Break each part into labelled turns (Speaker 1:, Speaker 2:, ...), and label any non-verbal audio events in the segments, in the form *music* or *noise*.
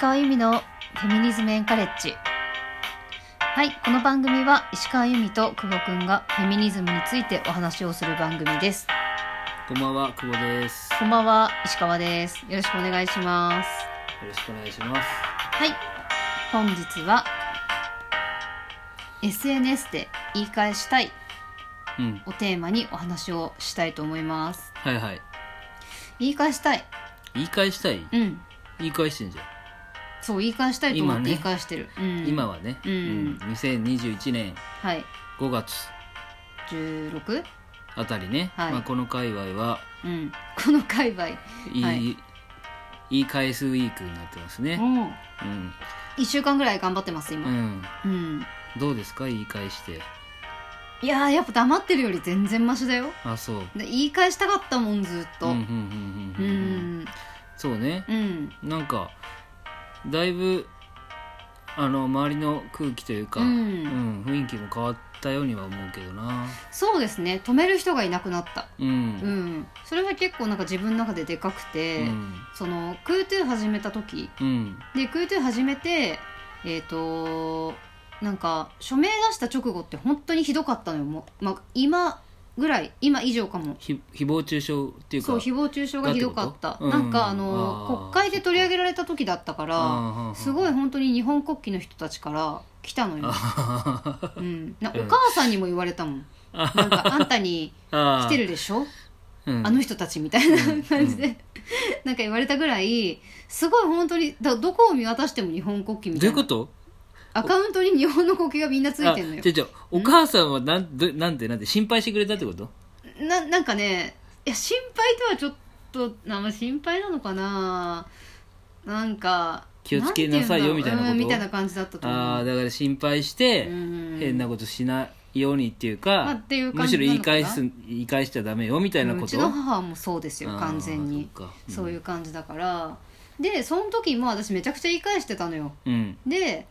Speaker 1: 川由美のフェミニズムエンカレッジはいこの番組は石川由美と久保くんがフェミニズムについてお話をする番組です
Speaker 2: こんばんは、久保です。よ
Speaker 1: こんばんは石川ですよろしくお願いします
Speaker 2: ろしくお願いします。
Speaker 1: はい本日は SNS で言い返したい
Speaker 2: うん、
Speaker 1: をテーマにお話をしたいと思います
Speaker 2: はいはい。
Speaker 1: 言い返したい
Speaker 2: 言い返したい
Speaker 1: うん
Speaker 2: 言い返してんじゃ
Speaker 1: そう言い返したいと思って
Speaker 2: 今ね
Speaker 1: 言い返してる、うん
Speaker 2: ん。今はね、
Speaker 1: うん
Speaker 2: 2021年
Speaker 1: はい
Speaker 2: 5月
Speaker 1: 16?
Speaker 2: あたりね、
Speaker 1: はい
Speaker 2: まあこの界隈は、
Speaker 1: うんこの界隈
Speaker 2: いい、
Speaker 1: はい
Speaker 2: 言い返すウィークになってますね。
Speaker 1: もう
Speaker 2: うん。
Speaker 1: 1週間ぐらい頑張ってます
Speaker 2: う
Speaker 1: 今
Speaker 2: ん。
Speaker 1: うん
Speaker 2: どうですか言い返して。
Speaker 1: いやーやっぱ黙ってるより全然マシだよ
Speaker 2: あ、そう。
Speaker 1: で言い返したかったもんずっと
Speaker 2: うん
Speaker 1: う
Speaker 2: うん
Speaker 1: ん
Speaker 2: う
Speaker 1: うん
Speaker 2: うんうん。
Speaker 1: ん
Speaker 2: そうね。
Speaker 1: うん
Speaker 2: なんか、だいぶ、あの、周りの空気というか、うん、雰囲気も変わったようには思うけどな。
Speaker 1: そうですね止める人がいなくなった
Speaker 2: うん
Speaker 1: う。んそれは結構なんか自分の中ででかくて、
Speaker 2: うん
Speaker 1: そのクートゥー始めた時
Speaker 2: うん
Speaker 1: でクートゥー始めてえっ、となんか署名出した直後って本当にひどかったのよもう、まあ、今ぐらい今以上かも
Speaker 2: ひ誹謗中傷っていうか
Speaker 1: そう誹謗中傷がひどかった
Speaker 2: だってこ
Speaker 1: な
Speaker 2: と
Speaker 1: んかあ
Speaker 2: うんあ
Speaker 1: の
Speaker 2: ー
Speaker 1: 国会で取り上げられた時だったから
Speaker 2: あー
Speaker 1: すごい本当に日本国旗の人たちから来たのよ、
Speaker 2: *laughs* あー
Speaker 1: うん、なお
Speaker 2: うん
Speaker 1: 母さんにも言われたもんなんかあんたに
Speaker 2: *laughs* あ
Speaker 1: 来てるでしょ
Speaker 2: ーうん
Speaker 1: あの人たちみたいな
Speaker 2: うん
Speaker 1: 感じで、 *laughs* なんか言われたぐらいすごい本当にだどこを見渡しても日本国旗み
Speaker 2: ど
Speaker 1: た
Speaker 2: うい
Speaker 1: いうな
Speaker 2: こと
Speaker 1: アカウントに日本の国旗がみんなついてんの
Speaker 2: あ
Speaker 1: よ
Speaker 2: ちょちょお母さんはなんどなんてなんて心配してくれたってこと
Speaker 1: ななんかねいや心配とはちょっとなまあ心配なのかななんか
Speaker 2: 気をつけなさいよ
Speaker 1: んてうんだろう
Speaker 2: みた
Speaker 1: うんみたい
Speaker 2: いなこと
Speaker 1: な感じだったと
Speaker 2: あ
Speaker 1: 思
Speaker 2: あ
Speaker 1: う
Speaker 2: だから心配して
Speaker 1: うん
Speaker 2: 変なことしないようにっていうか,、
Speaker 1: まあっていう
Speaker 2: む
Speaker 1: 感
Speaker 2: し
Speaker 1: じ
Speaker 2: ろ
Speaker 1: なの
Speaker 2: 言
Speaker 1: か
Speaker 2: い
Speaker 1: な
Speaker 2: 返す言い返しちゃダメよみたいな
Speaker 1: う
Speaker 2: こ
Speaker 1: ち
Speaker 2: と
Speaker 1: の母もそうですよ
Speaker 2: あー
Speaker 1: 完全に
Speaker 2: そっかうん
Speaker 1: そういう感じだからでその時も私めちゃくちゃ言い返してたのよ
Speaker 2: うん
Speaker 1: で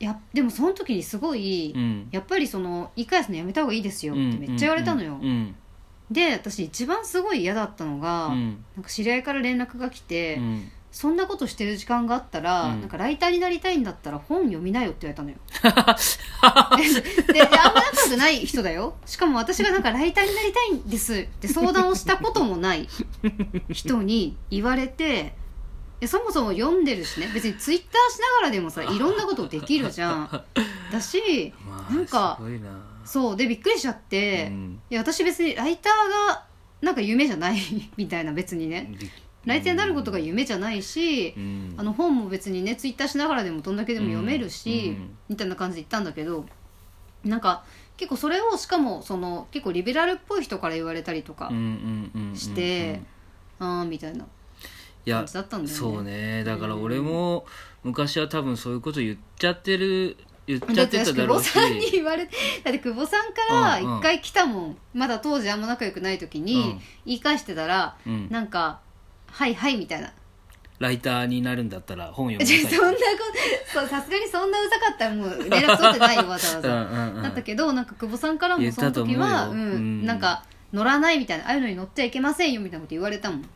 Speaker 1: やでもその時にすごい、
Speaker 2: うん
Speaker 1: やっぱりその言い返すのやめた方がいいですよ
Speaker 2: う
Speaker 1: って
Speaker 2: ん
Speaker 1: めっちゃ言われたのよ、
Speaker 2: うん
Speaker 1: で私一番すごい嫌だったのが、
Speaker 2: うん
Speaker 1: なんか知り合いから連絡が来て、
Speaker 2: うん
Speaker 1: そんなことしてる時間があったら、
Speaker 2: うん
Speaker 1: なんかライターになりたいんだったら本読みなよって言われたのよ
Speaker 2: *laughs*
Speaker 1: でであんま仲良くない人だよしかも私がなんかライターになりたいんですって相談をしたこともない人に言われていやそもそも読んでるしね別にツイッターしながらでもさいろんなことできるじゃんだし
Speaker 2: まあ
Speaker 1: なんか
Speaker 2: すごいな
Speaker 1: そうでびっくりしちゃって、
Speaker 2: うん
Speaker 1: いや私別にライターがなんか夢じゃないみたいな別にねライターになることが夢じゃないし、
Speaker 2: うん
Speaker 1: あの本も別にねツイッターしながらでもどんだけでも読めるし、
Speaker 2: うん
Speaker 1: みたいな感じで言ったんだけどなんか結構それをしかもその結構リベラルっぽい人から言われたりとか、
Speaker 2: うんうんうんうんうん
Speaker 1: してああみたいない
Speaker 2: や
Speaker 1: 感じだったんだよね
Speaker 2: そうねだから俺も昔は多分そういうこと言っちゃってる言っち
Speaker 1: だ
Speaker 2: ゃ
Speaker 1: っ
Speaker 2: って
Speaker 1: て
Speaker 2: た
Speaker 1: 私
Speaker 2: だ
Speaker 1: 久
Speaker 2: ろ
Speaker 1: 保
Speaker 2: うし
Speaker 1: さんに言われてだって久保さんから
Speaker 2: うんうん
Speaker 1: 一回来たもん、まだ当時あんま仲良くない時
Speaker 2: う
Speaker 1: に
Speaker 2: ん
Speaker 1: 言い返してたら、
Speaker 2: うん
Speaker 1: なんか「はいはい」みたいな
Speaker 2: ライターになるんだったら本読
Speaker 1: じ
Speaker 2: み
Speaker 1: ゃ
Speaker 2: な
Speaker 1: あ
Speaker 2: さ
Speaker 1: *laughs* そ
Speaker 2: い
Speaker 1: んなことそうさすがにそんなうざかったらもう連絡取ってないよわざわざ、
Speaker 2: うんうんうん
Speaker 1: だったけどなんか久保さんからも
Speaker 2: 言っ
Speaker 1: その
Speaker 2: たと思
Speaker 1: 時
Speaker 2: うよ
Speaker 1: はうん
Speaker 2: うん
Speaker 1: なんか乗らないみたいなああいうのに乗っちゃいけませんよみたいなこと言われたもん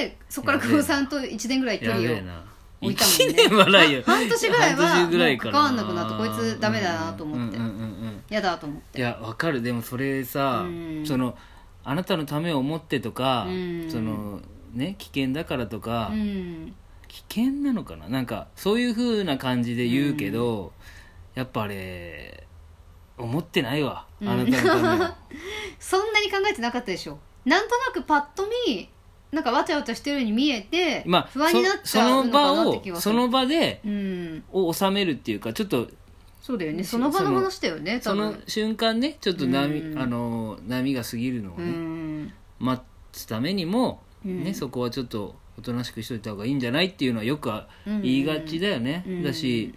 Speaker 1: でそこから久保さんと1年ぐらい距
Speaker 2: や
Speaker 1: 離
Speaker 2: べ
Speaker 1: を
Speaker 2: えな
Speaker 1: 置いたもんね
Speaker 2: 1年はないよ
Speaker 1: 半年ぐらいは
Speaker 2: 半年ぐらいか
Speaker 1: もう関わんなくなったこいつダメだなと思って
Speaker 2: うんうんうんうん
Speaker 1: やだと思って
Speaker 2: いやわかるでもそれさ
Speaker 1: うん
Speaker 2: そのあなたのためを思ってとか
Speaker 1: うん
Speaker 2: そのね危険だからとか
Speaker 1: うん
Speaker 2: 危険なのかななんかそういうふうな感じで言うけど、やっぱあれ思ってないわ
Speaker 1: う
Speaker 2: あ
Speaker 1: ん
Speaker 2: なたのためを
Speaker 1: そんなに考えてなかったでしょなんとなくパッと見なんかわちゃわちゃしてるように見えて、 *laughs*
Speaker 2: まあ
Speaker 1: 不安になっち
Speaker 2: そ
Speaker 1: ゃう
Speaker 2: その
Speaker 1: の
Speaker 2: 場
Speaker 1: かなって気
Speaker 2: を
Speaker 1: はす
Speaker 2: そ
Speaker 1: る
Speaker 2: の場で
Speaker 1: うん
Speaker 2: を収めるっていうかちょっと
Speaker 1: そうだよねその場の話だよね多
Speaker 2: その
Speaker 1: 分
Speaker 2: 瞬間ねちょっと波,、
Speaker 1: うん
Speaker 2: あの波が過ぎるのを
Speaker 1: う
Speaker 2: ね、
Speaker 1: ん
Speaker 2: 待つためにも、
Speaker 1: うん
Speaker 2: ね、そこはちょっとおとなしくしといた方がいいんじゃないっていうのはよくあ
Speaker 1: うん
Speaker 2: 言いがちだよね、
Speaker 1: うん
Speaker 2: だし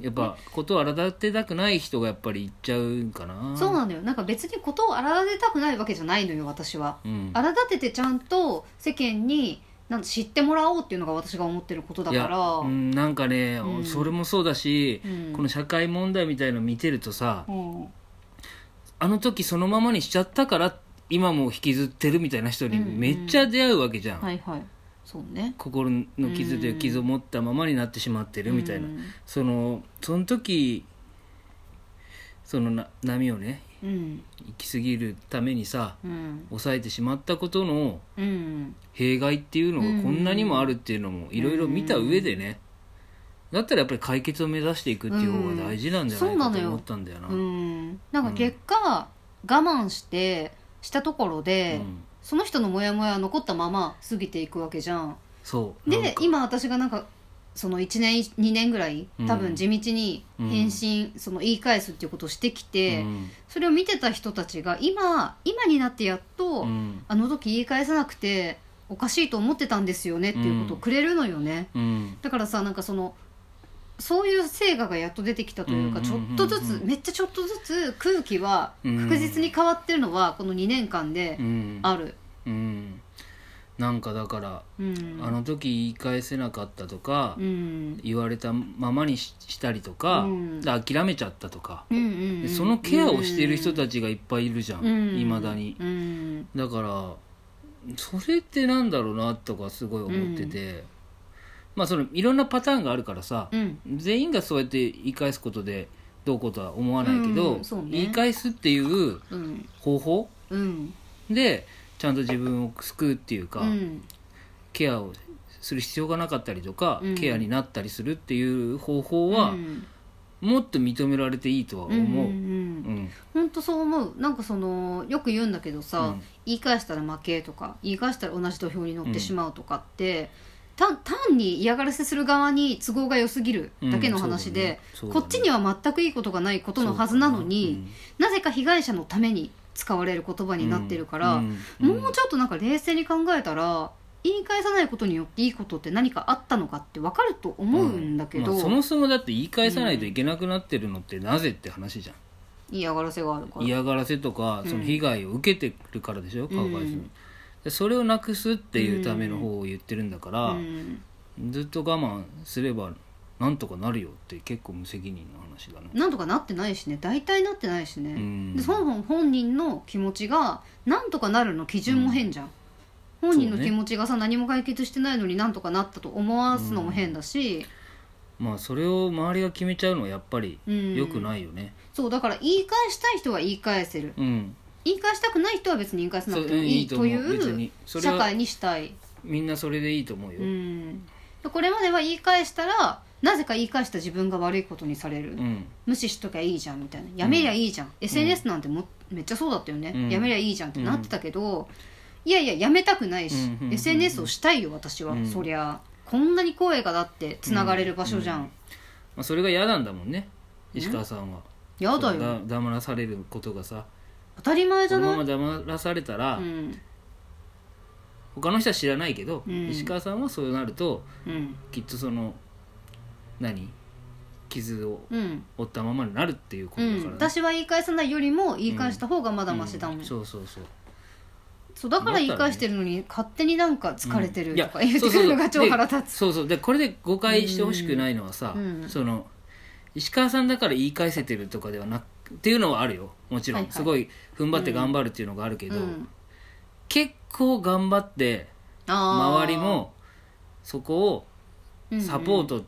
Speaker 2: やっぱことを改ってたくない人がやっぱり言っちゃうんかな
Speaker 1: そうなのよなんか別にことを荒立てたくないわけじゃないのよ私は
Speaker 2: うん、
Speaker 1: 荒立ててちゃんと世間になん知ってもらおうっていうのが私が思ってることだ
Speaker 2: いや
Speaker 1: から
Speaker 2: うん、なんかね、
Speaker 1: うん
Speaker 2: それもそうだし、
Speaker 1: うん
Speaker 2: この社会問題みたいの見てるとさ
Speaker 1: うん
Speaker 2: あの時そのままにしちゃったから今も引きずってるみたいな人に
Speaker 1: うん
Speaker 2: めっちゃ出会うわけじゃん、
Speaker 1: はいはいそうね
Speaker 2: 心の傷で傷を持ったままになってしまってるみたいな、
Speaker 1: うん
Speaker 2: そのその時そのな波をね
Speaker 1: うん
Speaker 2: 行き過ぎるためにさ
Speaker 1: うん
Speaker 2: 抑えてしまったことの
Speaker 1: うん
Speaker 2: 弊害っていうのがこんなにもあるっていうのもいろいろ見た上でねだったらやっぱり解決を目指していくっていう方が大事なんじゃないかと思ったんだよな。
Speaker 1: うんなんか結果、我慢してしたところで、
Speaker 2: うん
Speaker 1: その人のモヤモヤは残ったまま過ぎていくわけじゃん
Speaker 2: そうなん
Speaker 1: で
Speaker 2: か
Speaker 1: 今私がなんかその1年2年ぐらい多
Speaker 2: うん
Speaker 1: 分地道に返信、その言い返すっていうことをしてきて、
Speaker 2: うん
Speaker 1: それを見てた人たちが今今になってやっと、
Speaker 2: うん
Speaker 1: あの時言い返さなくておかしいと思ってたんですよねっていうことをくれるのよね、
Speaker 2: うん
Speaker 1: だからさなんかそのそういう成果がやっと出てきたというか、
Speaker 2: うんうんうんうん
Speaker 1: ちょっとずつめっちゃちょっとずつ空気は確実に変わってるのはこの2年間で
Speaker 2: うん
Speaker 1: ある、
Speaker 2: うんなんかだから、
Speaker 1: うん、
Speaker 2: あの時言い返せなかったとか、
Speaker 1: うん
Speaker 2: 言われたままにししたりとか、
Speaker 1: うん
Speaker 2: で諦めちゃったとか、
Speaker 1: うんうんう
Speaker 2: で
Speaker 1: ん
Speaker 2: そのケアをしてる人たちがいっぱいいるじゃんいま、未だに
Speaker 1: うんうん
Speaker 2: だからそれってなんだろうなとかすごい思ってて、まあそのいろんなパターンがあるからさ、
Speaker 1: うん
Speaker 2: 全員がそうやって言い返すことでどうこうとは思わないけど、
Speaker 1: うんそうね
Speaker 2: 言い返すっていう
Speaker 1: うん
Speaker 2: 方法
Speaker 1: うん
Speaker 2: でちゃんと自分を救うっていうか、
Speaker 1: うん
Speaker 2: ケアをする必要がなかったりとか、
Speaker 1: うん
Speaker 2: ケアになったりするっていう方法は、
Speaker 1: うん
Speaker 2: もっと認められていいとは
Speaker 1: うん
Speaker 2: 思う。
Speaker 1: う
Speaker 2: う
Speaker 1: ん
Speaker 2: んうん
Speaker 1: 本当そう思うなんかそのよく言うんだけどさ、
Speaker 2: うん
Speaker 1: 言い返したら負けとか言い返したら同じ土俵に乗ってしまうとかって、単単に嫌がらせする側に都合が良すぎるだけの話で、
Speaker 2: そうだね
Speaker 1: こっちには全くいいことがないことのはずなのに、なぜか被害者のために使われる言葉になってるから、もうちょっとなんか冷静に考えたら言い返さないことによっていいことって何かあったのかって分かると思うんだけど、
Speaker 2: まあそもそもだって言い返さないといけなくなってるのってなぜって話じゃん、
Speaker 1: 嫌がらせがあるから。
Speaker 2: 嫌がらせとか
Speaker 1: うん
Speaker 2: その被害を受けてるからでしょ、川返し
Speaker 1: うん
Speaker 2: でそれをなくすっていうための方を言ってるんだから、
Speaker 1: うん
Speaker 2: ずっと我慢すればなんとかなるよって結構無責任な話だね
Speaker 1: なんとかなってないしね大体なってないしね、
Speaker 2: うん
Speaker 1: でそもそも本人の気持ちがなんとかなるの基準も変じゃん、本人の気持ちがさ、何も解決してないのになんとかなったと思わすのも変だし、
Speaker 2: まあそれを周りが決めちゃうのはやっぱり
Speaker 1: うん
Speaker 2: 良くないよね
Speaker 1: そうだから言い返したい人は言い返せる
Speaker 2: うん、
Speaker 1: 言い返したくない人は別に言い返さな
Speaker 2: そ
Speaker 1: く
Speaker 2: うう
Speaker 1: ても
Speaker 2: ん
Speaker 1: いいとい
Speaker 2: 別に
Speaker 1: う
Speaker 2: それ
Speaker 1: 社
Speaker 2: は
Speaker 1: 会にしたい、
Speaker 2: みんなそれでいいと思うよ、
Speaker 1: うん、でこれまでは言い返したらなぜか言い返した自分が悪いことにされる、
Speaker 2: うん
Speaker 1: 無視しときゃいいじゃんみたいなやめりゃいいじゃん、SNS なんてもめっちゃそうだったよね、
Speaker 2: うん
Speaker 1: やめりゃいいじゃんってなってたけど、いやいややめたくないし、
Speaker 2: うんうんうんうん
Speaker 1: SNS をしたいよ私は、
Speaker 2: うん
Speaker 1: そりゃこんなに声がだってつながれる場所じゃん、
Speaker 2: うんまあ、それが嫌なんだもんね石川さんは、
Speaker 1: やだよ
Speaker 2: 黙らされることがさ
Speaker 1: 当たり前じ
Speaker 2: こ
Speaker 1: ゃ
Speaker 2: の
Speaker 1: ない
Speaker 2: まま黙らされたら、
Speaker 1: うん
Speaker 2: 他の人は知らないけど、
Speaker 1: うん
Speaker 2: 石川さんはそうなると
Speaker 1: うん
Speaker 2: きっとその何傷を
Speaker 1: うん
Speaker 2: 負ったままになるっていうこ
Speaker 1: う
Speaker 2: とだから、ね
Speaker 1: ん、私は言い返さないよりも言い返した方がまだマシだもん、
Speaker 2: うん
Speaker 1: そう
Speaker 2: そうそうそう
Speaker 1: だから言い返してるのに勝手になんか疲れてるとか言って
Speaker 2: そう
Speaker 1: く
Speaker 2: そう
Speaker 1: る
Speaker 2: そ
Speaker 1: の
Speaker 2: う
Speaker 1: が超腹立
Speaker 2: で
Speaker 1: つ
Speaker 2: そうそうでこれで誤解してほしくないのはさ、
Speaker 1: うん
Speaker 2: その石川さんだから言い返せてるとかではなくっていうのはあるよもちろ
Speaker 1: は
Speaker 2: ん、
Speaker 1: いはい
Speaker 2: すごい踏ん張って頑張るっていうのがあるけど、
Speaker 1: うん
Speaker 2: 結構頑張って
Speaker 1: あー
Speaker 2: 周りもそこをサポートっ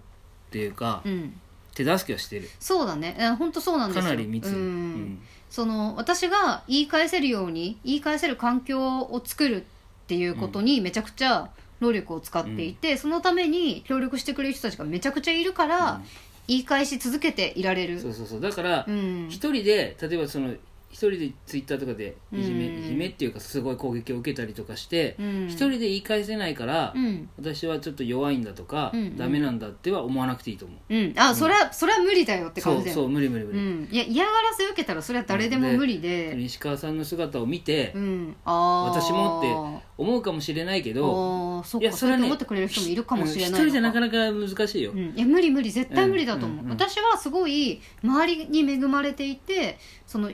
Speaker 2: ていうか、
Speaker 1: うんうんうん
Speaker 2: 手助けをしてる
Speaker 1: そうだね本当そうなんです
Speaker 2: か
Speaker 1: よ
Speaker 2: なり密に
Speaker 1: う
Speaker 2: うんん
Speaker 1: その私が言い返せるように言い返せる環境を作るっていうことにめちゃくちゃ労力を使っていて、そのために協力してくれる人たちがめちゃくちゃいるから、
Speaker 2: うん
Speaker 1: 言い返し続けていられる
Speaker 2: そうそうそうだから
Speaker 1: うん
Speaker 2: 一、人で例えばその一人でツイッターとかでいじめ、
Speaker 1: うん
Speaker 2: いじめっていうかすごい攻撃を受けたりとかして
Speaker 1: う、ん
Speaker 2: 一人で言い返せないから、
Speaker 1: うん
Speaker 2: 私はちょっと弱いんだとか、
Speaker 1: うん
Speaker 2: ダメなんだっては思わなくていいと思
Speaker 1: う
Speaker 2: う、
Speaker 1: んあ、それはそれは無理だよって
Speaker 2: そ
Speaker 1: 感
Speaker 2: う
Speaker 1: じだよ
Speaker 2: そう無理無理無理、
Speaker 1: ん、いや嫌がらせ受けたらそれは誰でも無理で、
Speaker 2: 石川さんの姿を見て、
Speaker 1: うん、あー
Speaker 2: 私もって思うかもしれないけど
Speaker 1: あーそっ
Speaker 2: いや
Speaker 1: か
Speaker 2: そ
Speaker 1: それ
Speaker 2: れは
Speaker 1: っ
Speaker 2: ね
Speaker 1: て思ってくれる人もいるかもしれないの
Speaker 2: 一人じゃなかなか難しいよ、
Speaker 1: うん、いや無理無理絶対無理だと思う、
Speaker 2: うんうんうん
Speaker 1: 私はすごい周りに恵まれていてその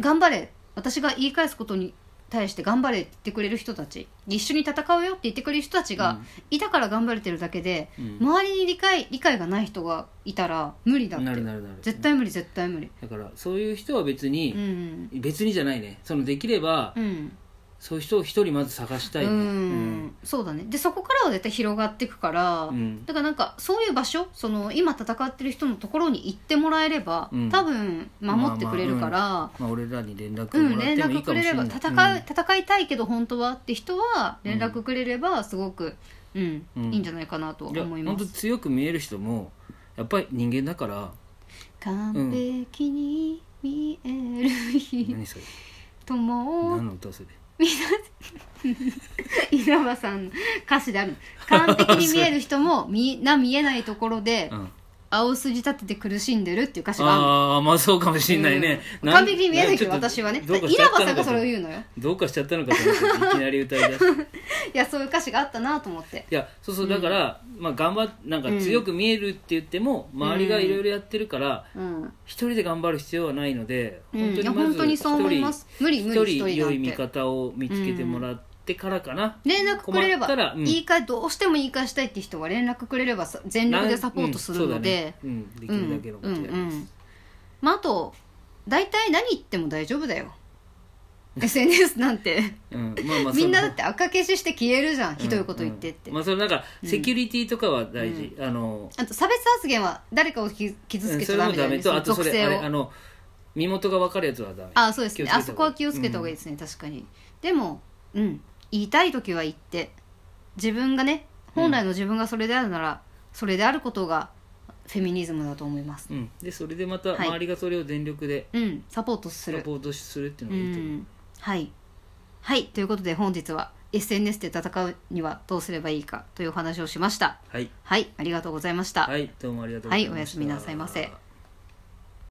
Speaker 1: 頑張れ私が言い返すことに対して頑張れって言ってくれる人たち一緒に戦うよって言ってくれる人たちがいたから頑張れてるだけで、
Speaker 2: うん
Speaker 1: 周りに理解理解がない人がいたら無理だって
Speaker 2: なるなるなる
Speaker 1: 絶対無理絶対無理
Speaker 2: だからそういう人は別
Speaker 1: う
Speaker 2: に、
Speaker 1: ん
Speaker 2: 別にじゃないねそのできれば、
Speaker 1: うん
Speaker 2: そういう人を一人まず探したいね
Speaker 1: うん、そうだねでそこからは絶対広がっていくから、
Speaker 2: うん
Speaker 1: だからなんかそういう場所その今戦ってる人のところに行ってもらえれば、
Speaker 2: うん
Speaker 1: 多分守ってくれるから、
Speaker 2: まあ、俺らに連絡
Speaker 1: う
Speaker 2: も
Speaker 1: ん、
Speaker 2: らっ
Speaker 1: 連
Speaker 2: てもい
Speaker 1: 絡
Speaker 2: いか
Speaker 1: く
Speaker 2: も
Speaker 1: れ
Speaker 2: しれ
Speaker 1: れば
Speaker 2: ない、
Speaker 1: 戦う、戦いたいけど本当はって人は連絡くれればすごく、うん
Speaker 2: うん
Speaker 1: いいんじゃないかなと
Speaker 2: いや
Speaker 1: 思い
Speaker 2: 本
Speaker 1: ま
Speaker 2: 当
Speaker 1: す。
Speaker 2: 強く見える人もやっぱり人間だから
Speaker 1: 完璧に見える日
Speaker 2: 何それ
Speaker 1: とも
Speaker 2: 何の歌それ
Speaker 1: 稲葉さんの歌詞である完璧に見える人もみんな見えないところで
Speaker 2: うん
Speaker 1: 青筋立てて苦しんでるっていう歌詞があるの
Speaker 2: ああまあそうかもしれないね、
Speaker 1: うん
Speaker 2: なん
Speaker 1: 完璧に見えないけど
Speaker 2: んちょっと
Speaker 1: 私はね
Speaker 2: どうかしち
Speaker 1: 稲
Speaker 2: ゃっ
Speaker 1: 葉
Speaker 2: た
Speaker 1: さ
Speaker 2: の
Speaker 1: んが
Speaker 2: か
Speaker 1: そ
Speaker 2: と
Speaker 1: れを言うのよ
Speaker 2: どうかしちゃったのかと思っていきなり歌いだし
Speaker 1: *laughs*
Speaker 2: てい
Speaker 1: いやそういう歌詞があったなと思って
Speaker 2: やそうそうだから、まあ頑張っなんか
Speaker 1: うん
Speaker 2: 強く見えるって言っても、周りがいろいろやってるから
Speaker 1: うん、
Speaker 2: 一人で頑張る必要はないので、
Speaker 1: うん、いや
Speaker 2: まず
Speaker 1: 本当にそう思います無理
Speaker 2: 一
Speaker 1: 無
Speaker 2: 人
Speaker 1: 理一
Speaker 2: 一人
Speaker 1: 人
Speaker 2: 良い
Speaker 1: な
Speaker 2: 味
Speaker 1: んて
Speaker 2: 方を見つけてもらってからかな、
Speaker 1: 連絡くれれ
Speaker 2: 困ったら
Speaker 1: ば
Speaker 2: うん
Speaker 1: 言い換えどうしても言い返したいって人は連絡くれればさ全力でサポートするので
Speaker 2: うんそうだねうん、でき
Speaker 1: うん
Speaker 2: るだけのこと
Speaker 1: う
Speaker 2: や
Speaker 1: んう
Speaker 2: ります、
Speaker 1: んまああと大体何言っても大丈夫だ
Speaker 2: *laughs*
Speaker 1: よ SNS なんて
Speaker 2: うんまあまあ
Speaker 1: みんな
Speaker 2: そ
Speaker 1: だ
Speaker 2: の
Speaker 1: って赤消しして消えるじゃんひどいこと言ってって
Speaker 2: うんまあそのなんかセキュリティとかは大事、あの
Speaker 1: あと差別発言は誰かを傷つけち
Speaker 2: そ
Speaker 1: ゃダ
Speaker 2: れも
Speaker 1: メだ
Speaker 2: ダ
Speaker 1: よ
Speaker 2: メ
Speaker 1: ねそ
Speaker 2: とあ
Speaker 1: の
Speaker 2: とそ
Speaker 1: 属
Speaker 2: れ
Speaker 1: 性
Speaker 2: あれ
Speaker 1: を
Speaker 2: あの身元が分かるやつはダメ
Speaker 1: あそうですね
Speaker 2: 気をつけた方がいい
Speaker 1: あそこは気をつけた方がいいですね、確かにでもうん言いたい時は言って自分がね本来の自分がそれであるなら、それであることがフェミニズムだと思います
Speaker 2: うん、でそれでまた
Speaker 1: はい
Speaker 2: 周りがそれを全力で
Speaker 1: うんサポートす
Speaker 2: サ
Speaker 1: る
Speaker 2: ポートするっていう
Speaker 1: う
Speaker 2: のがいいと思う、
Speaker 1: んはいはいということで本日は SNS で戦うにはどうすればいいかというお話をしました
Speaker 2: はい、
Speaker 1: はいありがとうございました
Speaker 2: はい、どうもありがとうご
Speaker 1: は
Speaker 2: ざいま
Speaker 1: い
Speaker 2: し
Speaker 1: おやす
Speaker 2: た
Speaker 1: みなさいませ